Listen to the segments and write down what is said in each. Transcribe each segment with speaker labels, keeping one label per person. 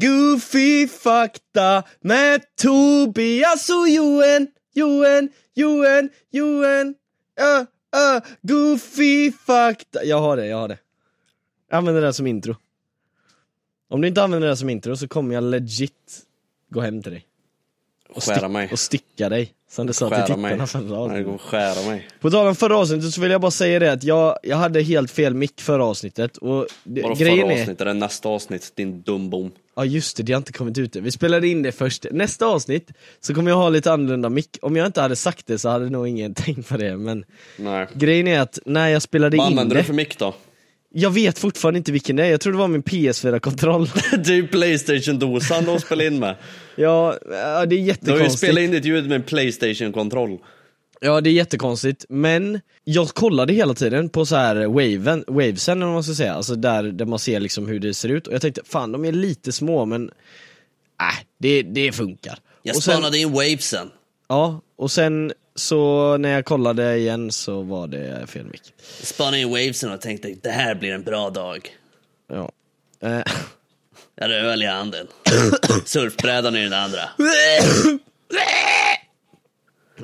Speaker 1: Goofy fakta med Tobias och Johan, Johan, Johan, Johan. Uh, uh, goofy fakta. Jag har det, jag har det. Jag använder det här som intro. Om du inte använder det här som intro så kommer jag legit gå hem till dig. Och,
Speaker 2: Skära
Speaker 1: stick-
Speaker 2: mig.
Speaker 1: och sticka dig. Sen du sa till
Speaker 2: Skära mig.
Speaker 1: tittarna förra
Speaker 2: Nej, det
Speaker 1: avsnittet.
Speaker 2: går att skära mig.
Speaker 1: På tal om förra avsnittet så vill jag bara säga det att jag, jag hade helt fel mick förra avsnittet. Och det,
Speaker 2: Vadå
Speaker 1: grejen
Speaker 2: förra
Speaker 1: är...
Speaker 2: avsnittet? Det är nästa avsnitt, din dumbom.
Speaker 1: Ja just det, det har inte kommit ut än. Vi spelade in det först. Nästa avsnitt så kommer jag ha lite annorlunda mick. Om jag inte hade sagt det så hade nog ingen tänkt på det men
Speaker 2: Nej.
Speaker 1: Grejen är att när jag spelade
Speaker 2: Vad
Speaker 1: in
Speaker 2: använder
Speaker 1: det,
Speaker 2: du för mick då?
Speaker 1: jag vet fortfarande inte vilken det är. Jag tror det var min PS4-kontroll.
Speaker 2: Det är ju Playstation-dosan de spelar in med.
Speaker 1: ja, ja, det är
Speaker 2: Du har ju
Speaker 1: jättekonstigt.
Speaker 2: spelat in ditt ljud med en Playstation-kontroll.
Speaker 1: Ja det är jättekonstigt, men jag kollade hela tiden på så här waven, wavesen eller vad man ska säga, alltså där, där man ser liksom hur det ser ut och jag tänkte fan de är lite små men, äh, det, det funkar.
Speaker 2: Jag
Speaker 1: Och sen-
Speaker 2: spanade in wavesen.
Speaker 1: Ja, och sen så när jag kollade igen så var det fel mick.
Speaker 2: Jag spanade in wavesen och tänkte det här blir en bra dag.
Speaker 1: Ja. Eh,
Speaker 2: Jag hade öl i handen. Surfbrädan i den andra.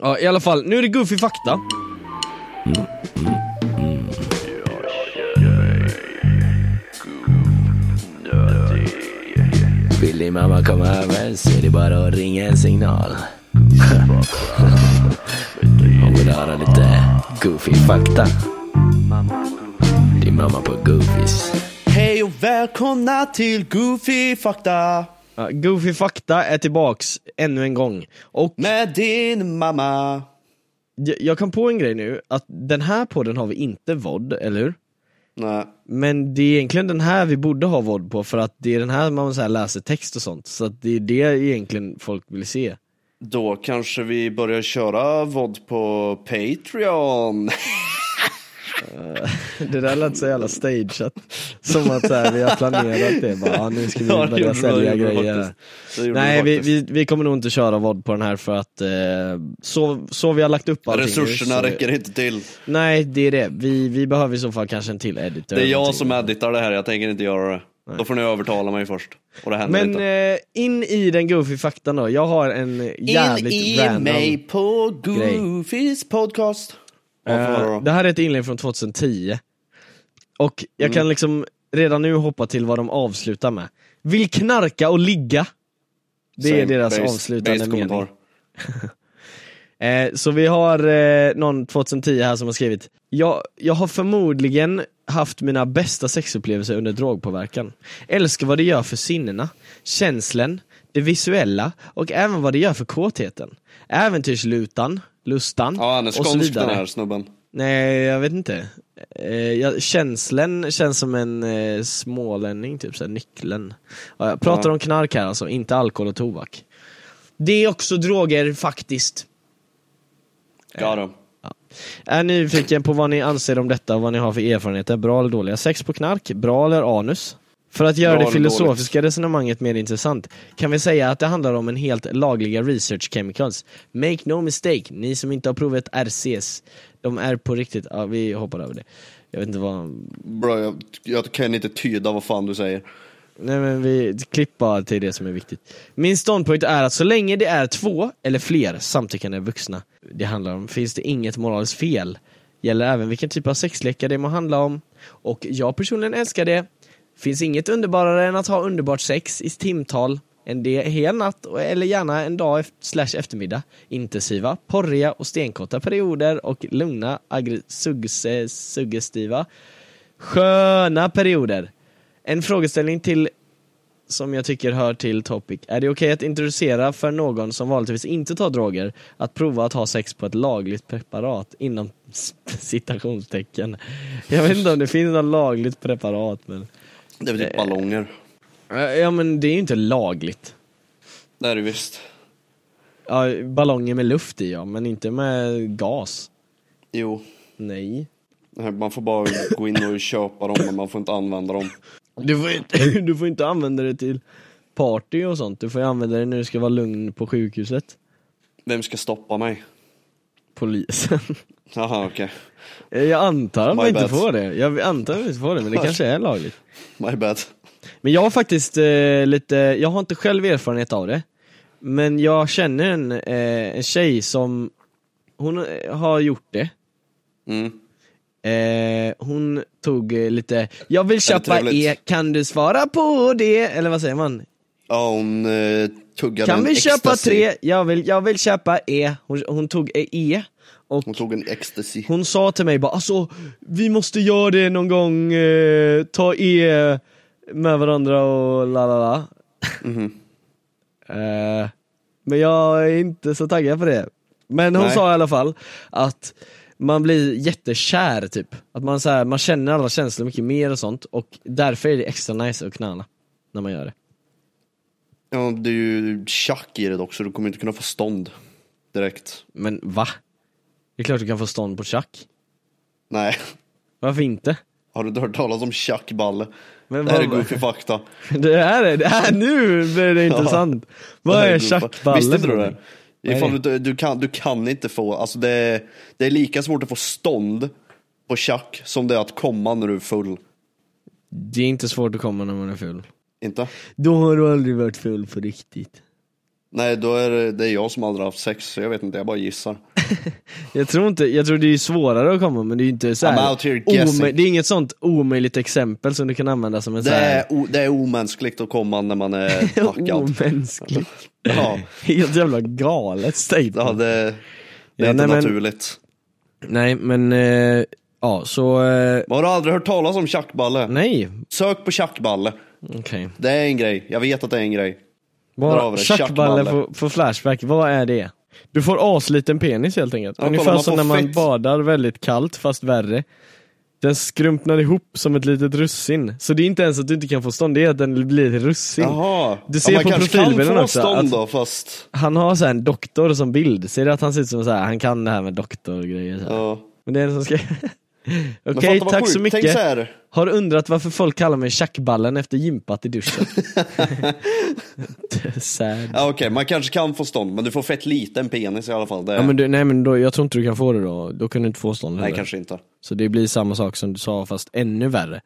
Speaker 1: ja, i alla fall, nu är det Goofy fakta.
Speaker 3: Vill din mamma komma över så är det bara att ringa en signal. Hon vill höra lite goofy fakta. Din mamma på goofies.
Speaker 2: Hej och välkomna till Goofy Fakta
Speaker 1: Ja, goofy fakta är tillbaks ännu en gång. Och
Speaker 2: med din mamma.
Speaker 1: jag- jag kom på en grej nu, att den här podden har vi inte VOD, eller hur?
Speaker 2: Nej.
Speaker 1: Men det är egentligen den här vi borde ha våld på för att det är den här man så här läser text och sånt. Så att det är det egentligen folk vill se.
Speaker 2: Då kanske vi börjar köra vod på Patreon.
Speaker 1: Det där lät så jävla stageat. Som att så här, vi har planerat det bara, ja, nu ska vi
Speaker 2: Ja, det
Speaker 1: börja
Speaker 2: gjorde vi,
Speaker 1: sälja
Speaker 2: det gjorde vi
Speaker 1: grejer.
Speaker 2: faktiskt. Det gjorde
Speaker 1: Nej vi,
Speaker 2: faktiskt.
Speaker 1: vi, vi kommer nog inte köra vod på den här för att eh, så, så vi har lagt upp allting. nu,
Speaker 2: Resurserna
Speaker 1: så,
Speaker 2: räcker inte till.
Speaker 1: Nej det är det, vi, vi behöver i så fall kanske en till editor.
Speaker 2: Det är
Speaker 1: eller
Speaker 2: jag
Speaker 1: någonting.
Speaker 2: som editar det här, jag tänker inte göra det. Då får ni övertala mig först. Och det händer
Speaker 1: Men
Speaker 2: inte.
Speaker 1: eh, in i den goofy faktan då, jag har en jävligt random...
Speaker 2: på
Speaker 1: grej.
Speaker 2: podcast. Varför var det då?
Speaker 1: eh, Det här är ett inlägg från 2010. Och jag
Speaker 2: Mm.
Speaker 1: kan liksom redan nu hoppa till vad de avslutar med. Vill knarka och ligga. Det är
Speaker 2: Same
Speaker 1: deras
Speaker 2: base-
Speaker 1: avslutande
Speaker 2: base
Speaker 1: mening.
Speaker 2: kommentar.
Speaker 1: Eh, så vi har eh, någon 2010 här som har skrivit jag, jag har förmodligen haft mina bästa sexupplevelser under drogpåverkan. Älskar vad det gör för sinnena, känslan, det visuella och även vad det gör för kåtheten. Äventyrslutan, lustan
Speaker 2: Ja, han är
Speaker 1: och så
Speaker 2: skånsk den
Speaker 1: vidare.
Speaker 2: här snubben.
Speaker 1: Nej, jag vet inte. Eh, jag, känslan känns som en eh, smålänning, typ såhär, nyckeln. Ja, jag pratar om knark här alltså, inte alkohol och tobak. Det är också droger faktiskt.
Speaker 2: Ja, då.
Speaker 1: Är nyfiken på vad ni anser om detta och vad ni har för erfarenheter, bra eller dåliga? Sex på knark, bra eller anus? För att göra
Speaker 2: Bra
Speaker 1: det
Speaker 2: eller
Speaker 1: filosofiska resonemanget mer intressant kan vi säga att det handlar om en helt lagliga research chemicals. Make no mistake, ni som inte har provat RCS, de är på riktigt, ja, vi hoppar över det. Jag vet inte vad,
Speaker 2: Bro, jag, jag kan inte tyda vad fan du säger.
Speaker 1: Nej men vi klippar till det som är viktigt. Min ståndpunkt är att så länge det är två eller fler samtyckande vuxna det handlar om finns det inget moraliskt fel. Gäller även vilken typ av sexlekar det må handla om. Och jag personligen älskar det. Finns inget underbarare än att ha underbart sex i timtal än det hel natt och- eller gärna en dag eft- slash eftermiddag. Intensiva, porriga och stenkorta perioder och lugna, aggre- sugge- suggestiva sköna perioder. En frågeställning till som jag tycker hör till topic. Är det okej att introducera för någon som vanligtvis inte tar droger att prova att ha sex på ett lagligt preparat inom citationstecken? Jag vet inte om det finns något lagligt preparat men...
Speaker 2: Det är väl
Speaker 1: Eh.
Speaker 2: typ ballonger.
Speaker 1: Ja men det är ju inte lagligt.
Speaker 2: Det är det visst.
Speaker 1: Ja, ballonger med luft i ja, men inte med gas.
Speaker 2: Jo.
Speaker 1: Nej.
Speaker 2: Nej, Man får bara gå in och köpa dem men man får inte använda dem.
Speaker 1: Du får inte, du får inte använda det till party och sånt. Du får ju använda det när du ska vara lugn på sjukhuset.
Speaker 2: Vem ska stoppa mig?
Speaker 1: Polisen.
Speaker 2: Jaha okej.
Speaker 1: Eh, Jag antar att man
Speaker 2: My
Speaker 1: inte
Speaker 2: bad.
Speaker 1: får det. Jag antar att man inte får det, men det kanske är lagligt.
Speaker 2: My bad.
Speaker 1: Men jag har faktiskt eh, lite, jag har inte själv erfarenhet av det. Men jag känner en, eh, en tjej som, hon eh, har gjort det.
Speaker 2: Mm.
Speaker 1: Eh, hon tog eh, lite, jag vill köpa
Speaker 2: trevligt?
Speaker 1: E, kan du svara på det? Eller vad säger man?
Speaker 2: Ja hon eh, tuggade
Speaker 1: Kan
Speaker 2: en
Speaker 1: vi köpa
Speaker 2: ecstasy.
Speaker 1: tre? Jag vill, jag vill köpa E. Hon, hon tog eh, E. Och
Speaker 2: Hon tog en ecstasy.
Speaker 1: Hon sa till mig bara alltså, vi måste göra det någon gång, eh, ta E med varandra och la la la. Eh, Men jag är inte så taggad på det. Men hon
Speaker 2: Nej.
Speaker 1: sa i alla fall att man blir jättekär typ. Att man, så här, man känner alla känslor mycket mer och sånt och därför är det extra nice att knalla när man gör det.
Speaker 2: Ja, det är ju tjack i det dock så du kommer inte kunna få stånd direkt.
Speaker 1: Men va? Det är klart du kan få stånd på tjack.
Speaker 2: Nej.
Speaker 1: Varför inte?
Speaker 2: Har du inte hört talas om tjackballe?
Speaker 1: Men
Speaker 2: det här är
Speaker 1: vad-
Speaker 2: goofy fakta.
Speaker 1: Det här är det, här, nu blir det intressant. Vad
Speaker 2: Det här
Speaker 1: är Alltså,
Speaker 2: goofy fa-
Speaker 1: tjackballe?
Speaker 2: Visste inte
Speaker 1: för
Speaker 2: du det?
Speaker 1: någonting? Vad är
Speaker 2: Ifall
Speaker 1: det?
Speaker 2: du, inte- du, kan, du kan inte få, alltså det, är- det är lika svårt att få stånd på tjack som det är att komma när du är full.
Speaker 1: Det är inte svårt att komma när man är full.
Speaker 2: Inte?
Speaker 1: Då har du aldrig varit full på riktigt.
Speaker 2: Nej, då är det, det är jag som aldrig haft sex, så jag vet inte, jag bara gissar.
Speaker 1: Jag tror inte, jag tror det är svårare att komma men det är ju inte så
Speaker 2: I'm
Speaker 1: här,
Speaker 2: out here guessing.
Speaker 1: omö- Det är inget sånt omöjligt exempel som du kan använda som en
Speaker 2: Det
Speaker 1: så här
Speaker 2: är, o, det är omänskligt att komma när man är packad.
Speaker 1: omänskligt.
Speaker 2: ja,
Speaker 1: Helt jävla galet
Speaker 2: ja,
Speaker 1: statement.
Speaker 2: det, det är
Speaker 1: Ja,
Speaker 2: inte
Speaker 1: nej, men-
Speaker 2: naturligt.
Speaker 1: Nej men, eh, ja så, eh,
Speaker 2: Har du aldrig hört talas om tjackballe?
Speaker 1: nej.
Speaker 2: Sök på tjackballe.
Speaker 1: Okej.
Speaker 2: Det är en grej. Jag vet att det är en grej. Dra över
Speaker 1: Bara
Speaker 2: det,
Speaker 1: Tjackballe
Speaker 2: tjackballe.
Speaker 1: på, på Flashback, vad är det? Du får asliten penis helt enkelt.
Speaker 2: Ja,
Speaker 1: Ungefär
Speaker 2: kolla, man
Speaker 1: som när
Speaker 2: får
Speaker 1: man
Speaker 2: fett.
Speaker 1: badar väldigt kallt fast värre. Den skrumpnar ihop som ett litet russin. Så det är inte ens att du inte kan få stånd, det är att den blir ett russin.
Speaker 2: Jaha.
Speaker 1: Du ser
Speaker 2: ja, man
Speaker 1: på
Speaker 2: kanske
Speaker 1: profilbilden
Speaker 2: kan få
Speaker 1: också
Speaker 2: stånd
Speaker 1: att-
Speaker 2: då, fast...
Speaker 1: Han har så här en doktor som bild, ser du att han ser ut som så här, han kan det här med doktorgrejer. så här.
Speaker 2: Ja.
Speaker 1: Men det är en som ska...
Speaker 2: Men
Speaker 1: Okej,
Speaker 2: fatta vad
Speaker 1: tack så
Speaker 2: sjukt. Tänk
Speaker 1: mycket.
Speaker 2: så här.
Speaker 1: Har undrat varför folk kallar mig Tjackballen efter gympat i duschen. Sad.
Speaker 2: Ja, Okej, man kanske kan få stånd, men du får fett liten penis i alla fall. Det...
Speaker 1: Ja, men du, nej men då, jag tror inte du kan få det då, då kan du inte få stånd
Speaker 2: Nej,
Speaker 1: heller.
Speaker 2: kanske inte.
Speaker 1: Så det blir samma sak som du sa fast ännu värre.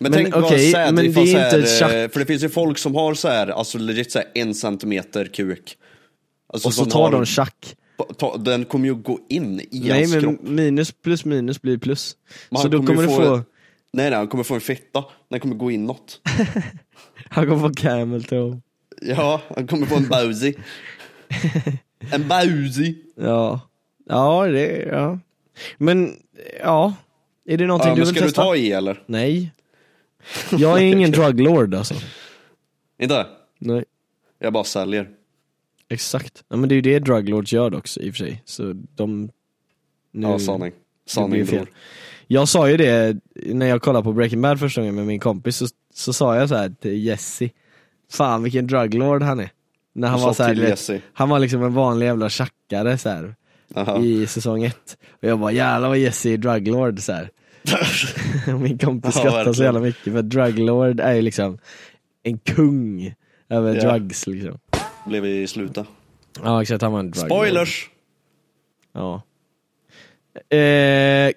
Speaker 2: Men, tänk
Speaker 1: okej,
Speaker 2: vad sad
Speaker 1: men det
Speaker 2: ifall
Speaker 1: är inte ett
Speaker 2: så här,
Speaker 1: tjack
Speaker 2: eh, För det finns ju folk som har så här, alltså legit så här en centimeter kuk. Alltså,
Speaker 1: och så
Speaker 2: som
Speaker 1: tar
Speaker 2: har-
Speaker 1: de tjack.
Speaker 2: ta, Den kommer ju gå in i
Speaker 1: Nej
Speaker 2: hans kropp.
Speaker 1: men minus plus minus blir plus.
Speaker 2: Men
Speaker 1: så
Speaker 2: han
Speaker 1: då kommer
Speaker 2: ju
Speaker 1: du få,
Speaker 2: Nej, nej, han kommer få en fitta. Den kommer gå inåt.
Speaker 1: han kommer få camel toe.
Speaker 2: Ja, han kommer få en bausi. En bausi.
Speaker 1: Ja. Ja det, ja. Men, ja. Är det någonting
Speaker 2: Ja,
Speaker 1: du
Speaker 2: men
Speaker 1: vill
Speaker 2: ska du
Speaker 1: testa?
Speaker 2: ta i eller?
Speaker 1: Nej. Jag är ingen druglord alltså.
Speaker 2: Inte?
Speaker 1: Nej.
Speaker 2: Jag bara säljer.
Speaker 1: Exakt. Ja, men det är ju det druglords gör också i och för sig. Så de... Nu...
Speaker 2: Ja, sanning. Sanning
Speaker 1: Det blir fel.
Speaker 2: bror.
Speaker 1: Jag sa ju det när jag kollade på Breaking Bad första gången med min kompis, så, så sa jag så här till Jesse, fan vilken druglord han är. När han
Speaker 2: Du
Speaker 1: var
Speaker 2: sa
Speaker 1: så här,
Speaker 2: till
Speaker 1: du vet,
Speaker 2: Jesse.
Speaker 1: han var liksom en vanlig jävla tjackare så här.
Speaker 2: Aha.
Speaker 1: i säsong ett. Och jag bara jävlar vad Jesse är druglord så här. Min kompis
Speaker 2: Ja,
Speaker 1: skrattar så
Speaker 2: verkligen.
Speaker 1: jävla mycket för druglord är ju liksom en kung över
Speaker 2: Ja.
Speaker 1: drugs liksom.
Speaker 2: Blev vi sluta.
Speaker 1: Ja exakt, han var en druglord.
Speaker 2: Spoilers!
Speaker 1: Ja. Eh,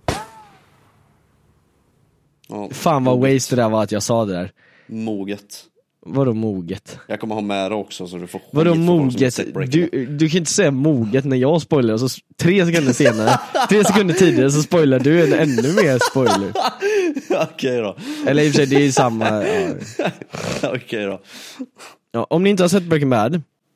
Speaker 2: Ja,
Speaker 1: fan vad waste det där var att jag sa det där.
Speaker 2: moget.
Speaker 1: Vadå moget?
Speaker 2: Jag kommer ha med det också så du får skit
Speaker 1: Vadå
Speaker 2: för folk som
Speaker 1: moget?
Speaker 2: inte sett Breaking Bad.
Speaker 1: Du, du kan inte säga moget när jag spoilar och så s- tre sekunder senare, tre sekunder tidigare så spoilar du en ännu mer spoiler.
Speaker 2: Okej då.
Speaker 1: Eller i och för sig, det är ju samma. Ja.
Speaker 2: Okej då.
Speaker 1: Ja, om ni inte har sett Breaking Bad, eh,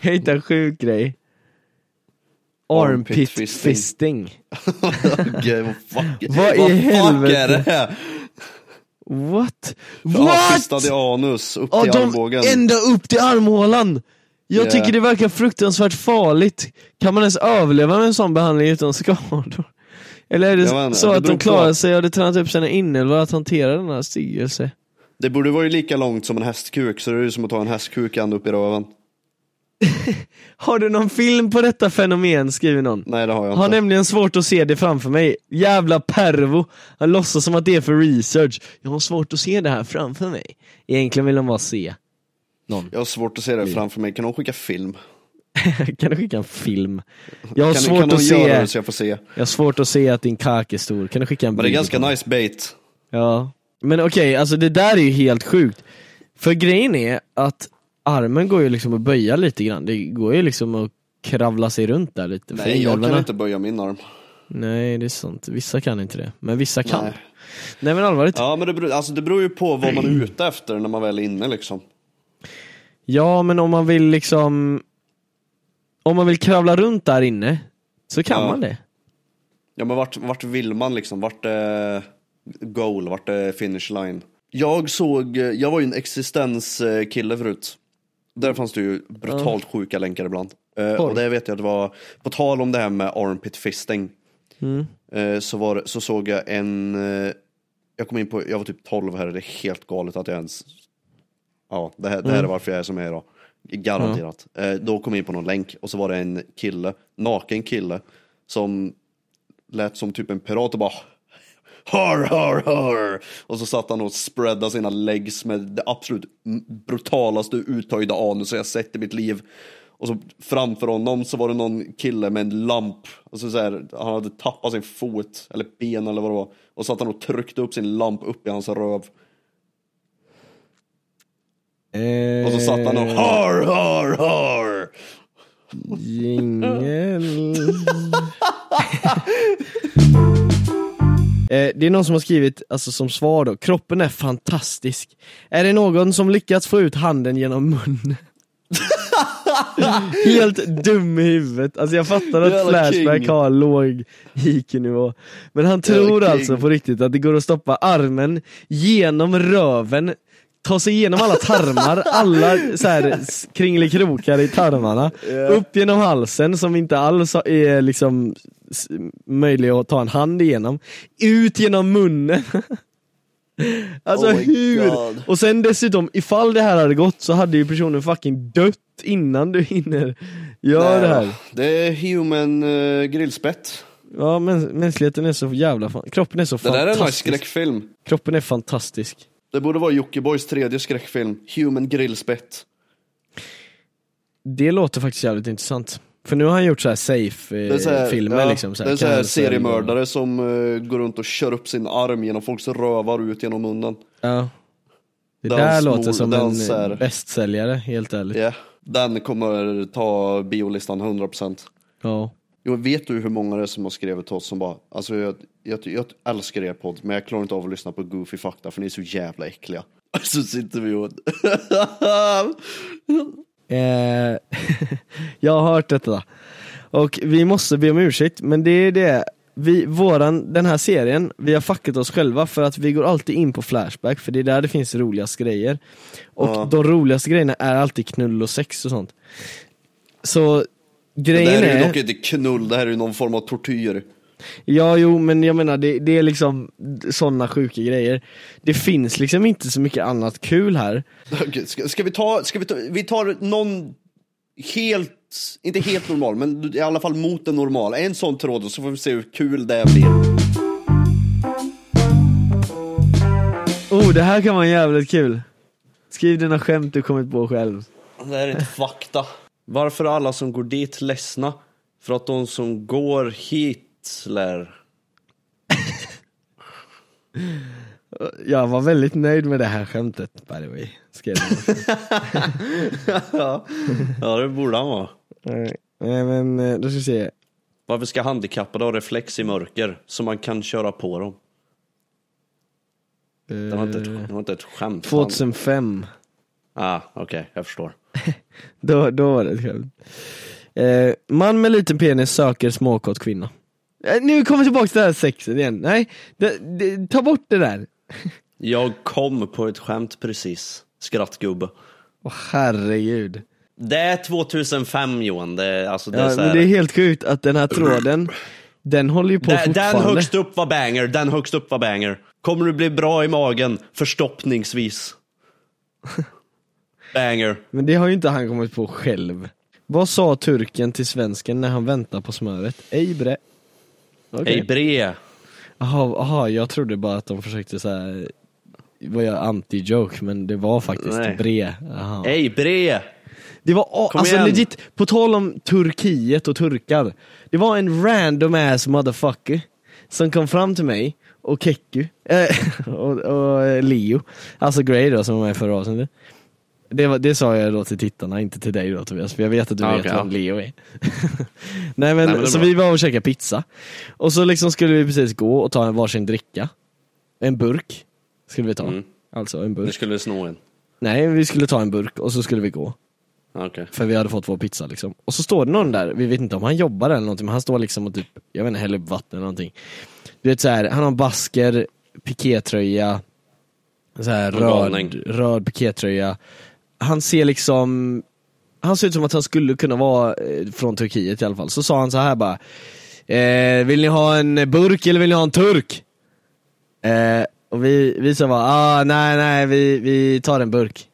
Speaker 1: Jag hittade en sjuk grej. Armpit
Speaker 2: Armpit
Speaker 1: fisting.
Speaker 2: fisting. Okej, vad fuck,
Speaker 1: Vad i helvete?
Speaker 2: är det här?
Speaker 1: What?
Speaker 2: Avfistad
Speaker 1: What?
Speaker 2: i anus, upp
Speaker 1: Ja,
Speaker 2: till
Speaker 1: de
Speaker 2: armbågen.
Speaker 1: ända upp till armhålan! Jag
Speaker 2: Ja.
Speaker 1: tycker det verkar fruktansvärt farligt. Kan man ens överleva med en sån behandling utan skador? Eller är det
Speaker 2: Jag vet inte,
Speaker 1: så
Speaker 2: det
Speaker 1: att de
Speaker 2: beror på.
Speaker 1: klarar sig och det tränat upp sina inälvor att hantera denna styggelse?
Speaker 2: Det borde vara ju lika långt som en hästkuk, så det är ju som att ta en hästkuk ända upp i röven.
Speaker 1: Har du någon film på detta fenomen? skriver någon.
Speaker 2: Nej, det har jag
Speaker 1: Har
Speaker 2: inte.
Speaker 1: nämligen svårt att se det framför mig. Jävla pervo. Han låtsas som att det är för research. Jag har svårt att se det här framför mig. Egentligen vill han bara se. Någon.
Speaker 2: Jag har svårt att se det framför mig. Kan någon skicka film?
Speaker 1: kan du skicka en film? Jag har
Speaker 2: Kan,
Speaker 1: svårt
Speaker 2: kan någon
Speaker 1: att
Speaker 2: göra
Speaker 1: se.
Speaker 2: det så jag får se?
Speaker 1: Jag har svårt att se att din kak är stor. Kan du skicka en
Speaker 2: Men det är
Speaker 1: bild
Speaker 2: ganska
Speaker 1: på den?
Speaker 2: nice bait.
Speaker 1: Ja. Men okej, alltså det där är ju helt sjukt. För grejen är att armen går ju liksom att böja lite grann. Det går ju liksom att kravla sig runt där lite. för
Speaker 2: Nej, jag kan
Speaker 1: inälvorna-
Speaker 2: inte böja min arm.
Speaker 1: Nej, det är sant. Vissa kan inte det. Men vissa kan. Nej,
Speaker 2: Nej.
Speaker 1: men allvarligt.
Speaker 2: Ja, men det beror, alltså, det beror ju på vad man är ute efter när man väl är inne liksom.
Speaker 1: Ja, men om man vill liksom Om man vill kravla runt där inne så kan
Speaker 2: Ja.
Speaker 1: man det.
Speaker 2: Ja men vart, vart vill man liksom? Vart är goal? Vart är finish line? Jag såg, jag var ju en existenskille förut. Där fanns det ju brutalt sjuka länkar ibland. Eh, och det vet jag att det var, på tal om det här med armpit fisting. Eh, så, var, så såg jag en, eh, jag kom in på, jag var typ 12 här, det är helt galet att jag ens, ja det här, det här är varför jag är som jag är idag. Garanterat. Eh, då kom jag in på någon länk och så var det en kille, naken kille, som lät som typ en pirat och bara Har, har, har! Och så satt han och spreadade sina legs med det absolut m- brutalaste uttöjda anus jag sett i mitt liv. Och så framför honom så var det någon kille med en lamp. Och så så här, han hade tappat sin fot, eller ben eller vad det var. Och satt han och tryckte upp sin lamp upp i hans röv. Och så satt han och
Speaker 1: Eh.
Speaker 2: har, har, har!
Speaker 1: Jingel. Eh, Det är någon som har skrivit, alltså som svar då, kroppen är fantastisk. Är det någon som lyckats få ut handen genom munnen? Helt dum i huvudet. Alltså jag fattar att
Speaker 2: Jävla
Speaker 1: Flashback
Speaker 2: king.
Speaker 1: har låg IQ-nivå. Men han tror
Speaker 2: king.
Speaker 1: alltså på riktigt att det går att stoppa armen genom röven, ta sig igenom alla tarmar, alla så här s- kringelikrokar i tarmarna, upp genom halsen som inte alls har- är liksom s- möjlig att ta en hand igenom, ut genom munnen. Alltså
Speaker 2: Oh my
Speaker 1: hur?
Speaker 2: God.
Speaker 1: Och sen dessutom, ifall det här hade gått så hade ju personen fucking dött innan du hinner göra det här.
Speaker 2: Eh, Det är human eh, grillspett.
Speaker 1: Ja, men, mänskligheten är så jävla fan. Kroppen är så
Speaker 2: Det där är en nice
Speaker 1: fantastisk.
Speaker 2: skräckfilm.
Speaker 1: Kroppen är fantastisk.
Speaker 2: Det borde vara Jockibois tredje skräckfilm, Human grillspett.
Speaker 1: Det låter faktiskt jävligt intressant. För nu har han gjort så här
Speaker 2: Det är så här-
Speaker 1: safe-filmer
Speaker 2: ja,
Speaker 1: Eh, liksom. Så här,
Speaker 2: det är så här
Speaker 1: cancer och-
Speaker 2: seriemördare som eh, går runt och kör upp sin arm genom folks rövar och ut genom munnen.
Speaker 1: Ja. Det
Speaker 2: Den
Speaker 1: där
Speaker 2: smol-
Speaker 1: låter som
Speaker 2: den
Speaker 1: en
Speaker 2: så här-
Speaker 1: bästsäljare, helt ärligt.
Speaker 2: Ja, den kommer ta biolistan 100%.
Speaker 1: Ja.
Speaker 2: Jo, vet du hur många det är som har skrivit till oss som bara, alltså jag, jag, jag älskar er podd, men jag klarar inte av att lyssna på goofy fakta för ni är så jävla äckliga. Så sitter vi och...
Speaker 1: Eh, jag har hört detta. Och vi måste be om ursäkt, men det är det. Vi, våran, den här serien, vi har fuckat oss själva för att vi går alltid in på Flashback, för det är där det finns roligast grejer. Och de roligaste grejerna är alltid knull och sex och sånt. Så
Speaker 2: det
Speaker 1: grejen
Speaker 2: här är ju
Speaker 1: är...
Speaker 2: dock inte knull, det här är ju någon form av tortyr.
Speaker 1: Ja, jo, men jag menar det, det är liksom sådana sjuka grejer. Det finns liksom inte så mycket annat kul här.
Speaker 2: Okej, Ska, ska vi ta, ska vi ta, vi tar någon helt, inte helt normal, men i alla fall mot den normala. En sån tråd och så får vi se hur kul det blir.
Speaker 1: Oh, det här kan vara jävligt kul. Skriv dina skämt du kommit på själv.
Speaker 2: Det här är inte fakta. Varför är alla som går dit ledsna? För att de som går Hitler.
Speaker 1: Jag var väldigt nöjd med det här skämtet by the way. Skrev jag.
Speaker 2: Ja, det borde han vara.
Speaker 1: Nej, Nej men eh, då ska vi se.
Speaker 2: Varför ska handikappade ha reflex i mörker så man kan köra på dem? Det var inte ett, det var inte ett skämt.
Speaker 1: 2005.
Speaker 2: Ah, Okej, jag förstår.
Speaker 1: Då, då var det ett skämt. Eh, man med liten penis söker småkåt kvinna. Eh, nu kommer vi tillbaka till det här sexet igen. Nej, det, det, ta bort det där.
Speaker 2: Jag kom på ett skämt precis. Skrattgubbe.
Speaker 1: Åh herregud.
Speaker 2: Det är 2005 Johan, det är, alltså, det är
Speaker 1: Ja,
Speaker 2: så här,
Speaker 1: men det är helt sjukt att den här tråden, den håller ju på
Speaker 2: Där- Den
Speaker 1: fortfarande.
Speaker 2: högst upp var banger, den högst upp var banger. Kommer du bli bra i magen förstoppningsvis? banger.
Speaker 1: Men det har ju inte han kommit på själv. Vad sa turken till svensken när han väntar på smöret? Ej bre.
Speaker 2: Hej
Speaker 1: Okej.
Speaker 2: bre.
Speaker 1: Jaha, aha, jag trodde bara att de försökte så här. var jag anti-joke men det var faktiskt
Speaker 2: Nej.
Speaker 1: bre. Aha.
Speaker 2: Hej bre.
Speaker 1: Det var, a-
Speaker 2: Kom
Speaker 1: alltså
Speaker 2: igen.
Speaker 1: legit, på tal om Turkiet och turkar. Det var en random ass motherfucker som kom fram till mig och Keku, eh, och, och Leo, alltså Grey då som var med i förra avsnittet. Det, var, det sa jag då till tittarna, inte till dig då Tobias, för jag vet att du
Speaker 2: Ah,
Speaker 1: vet
Speaker 2: okej,
Speaker 1: vem
Speaker 2: ja.
Speaker 1: Leo är. Nej men,
Speaker 2: men det är
Speaker 1: så
Speaker 2: bra.
Speaker 1: vi var och käkade pizza. Och så liksom skulle vi precis gå och ta en varsin dricka. En burk, skulle vi ta.
Speaker 2: Mm.
Speaker 1: Alltså en
Speaker 2: Nu
Speaker 1: burk.
Speaker 2: skulle du sno en.
Speaker 1: Nej, vi skulle ta en burk och så skulle vi gå.
Speaker 2: Okej.
Speaker 1: För vi hade fått vår pizza liksom. Och så står det någon där, vi vet inte om han jobbar eller någonting, men han står liksom och typ, jag vet inte, häller upp vatten eller någonting. Du vet så här, han har basker, pikétröja, så här
Speaker 2: Och galning.
Speaker 1: röd, röd pikétröja. Han ser liksom, han ser ut som att han skulle kunna vara eh, från Turkiet i alla fall. Så sa han så här bara, eh, vill ni ha en burk eller vill ni ha en turk? Eh, och vi, vi sa bara, ah, nej nej vi, vi tar en burk.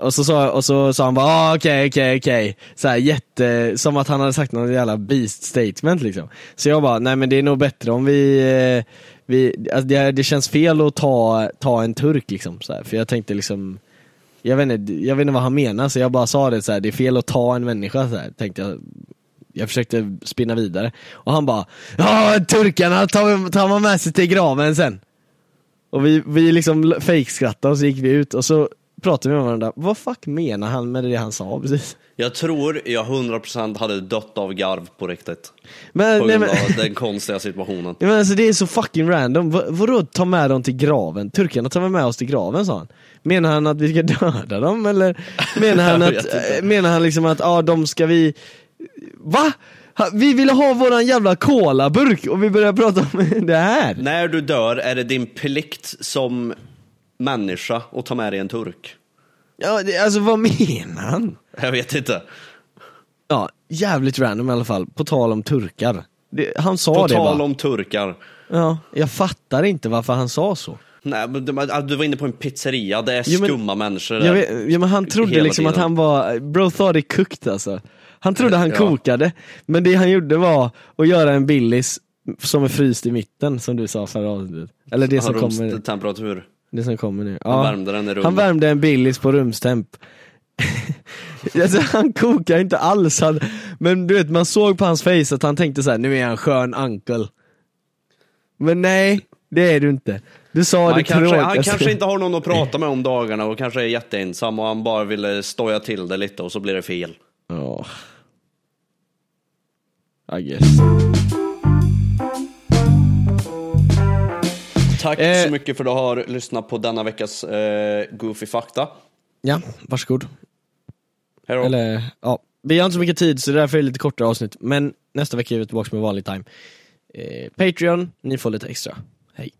Speaker 1: Och så sa, och så sa han bara ah, okej okej okej, så här jätte, som att han hade sagt någon jävla beast statement liksom. Så jag bara, nej men det är nog bättre om vi, eh, vi alltså, det, det känns fel att ta, ta en turk liksom. Så här. För jag tänkte liksom, jag vet, inte, jag vet inte vad han menar så jag bara sa det så här, det är fel att ta en människa så här, tänkte jag. Jag försökte spinna vidare. Och han bara, ja turkarna tar, tar man med sig till graven sen. Och vi, vi liksom fejkskrattade och så gick vi ut och så pratade vi med varandra. Vad fuck menar han med det han sa precis?
Speaker 2: Jag tror jag 100% hade dött av garv på riktigt.
Speaker 1: Men,
Speaker 2: På
Speaker 1: nej,
Speaker 2: grund
Speaker 1: men,
Speaker 2: av den konstiga situationen.
Speaker 1: Ja, men alltså, det är så fucking random. Va- vadå ta med dem till graven? Turkarna tar väl med oss till graven sa han. Menar han att vi ska döda dem eller? Menar han,
Speaker 2: Jag
Speaker 1: att,
Speaker 2: vet inte.
Speaker 1: eh, menar han liksom att, ja ah, de ska vi... Va? Ha- Vi ville ha våran jävla kolaburk och vi börjar prata om det här.
Speaker 2: När du dör är det din plikt som människa att ta med dig en turk.
Speaker 1: Ja, det, alltså vad menar han?
Speaker 2: Jag vet inte.
Speaker 1: Ja, jävligt random i alla fall, på tal om turkar. Det, han sa
Speaker 2: På
Speaker 1: det
Speaker 2: tal
Speaker 1: bara.
Speaker 2: om turkar.
Speaker 1: Ja, jag fattar inte varför han sa så.
Speaker 2: Nej, men de- ah, du var inne på en pizzeria, det är
Speaker 1: Jo, men-
Speaker 2: skumma människor där.
Speaker 1: Jag vet, ja, men han trodde
Speaker 2: Hela
Speaker 1: liksom att
Speaker 2: tiden.
Speaker 1: han var, bro thought it cooked alltså. Han trodde han
Speaker 2: Ja.
Speaker 1: kokade, men det han gjorde var att göra en Billys som är fryst i mitten som du sa förra avsnittet. Eller det som, kommer,
Speaker 2: Rumstemperatur.
Speaker 1: det som kommer nu.
Speaker 2: Han
Speaker 1: Ja.
Speaker 2: värmde den i rummet.
Speaker 1: Han värmde en Billys på rumstemp. alltså, han kokade inte alls, han, men du vet man såg på hans face att han tänkte så här: nu är jag en skön uncle. Men nej, det är du inte. Du sa
Speaker 2: Men
Speaker 1: det
Speaker 2: han kanske, han
Speaker 1: tråkigaste.
Speaker 2: kanske inte har någon att prata med om dagarna och kanske är jätteensam och han bara ville stoja till det lite och så blir det fel.
Speaker 1: Ja. I guess.
Speaker 2: Tack
Speaker 1: Eh.
Speaker 2: så mycket för att du har lyssnat på denna veckas eh, Goofy Fakta.
Speaker 1: Ja, varsågod.
Speaker 2: Hej då.
Speaker 1: Eller, ja. Vi har inte så mycket tid så det är därför är det lite kortare avsnitt. Men nästa vecka är vi tillbaka med vanlig time. Eh, Patreon, ni får lite extra. Hej.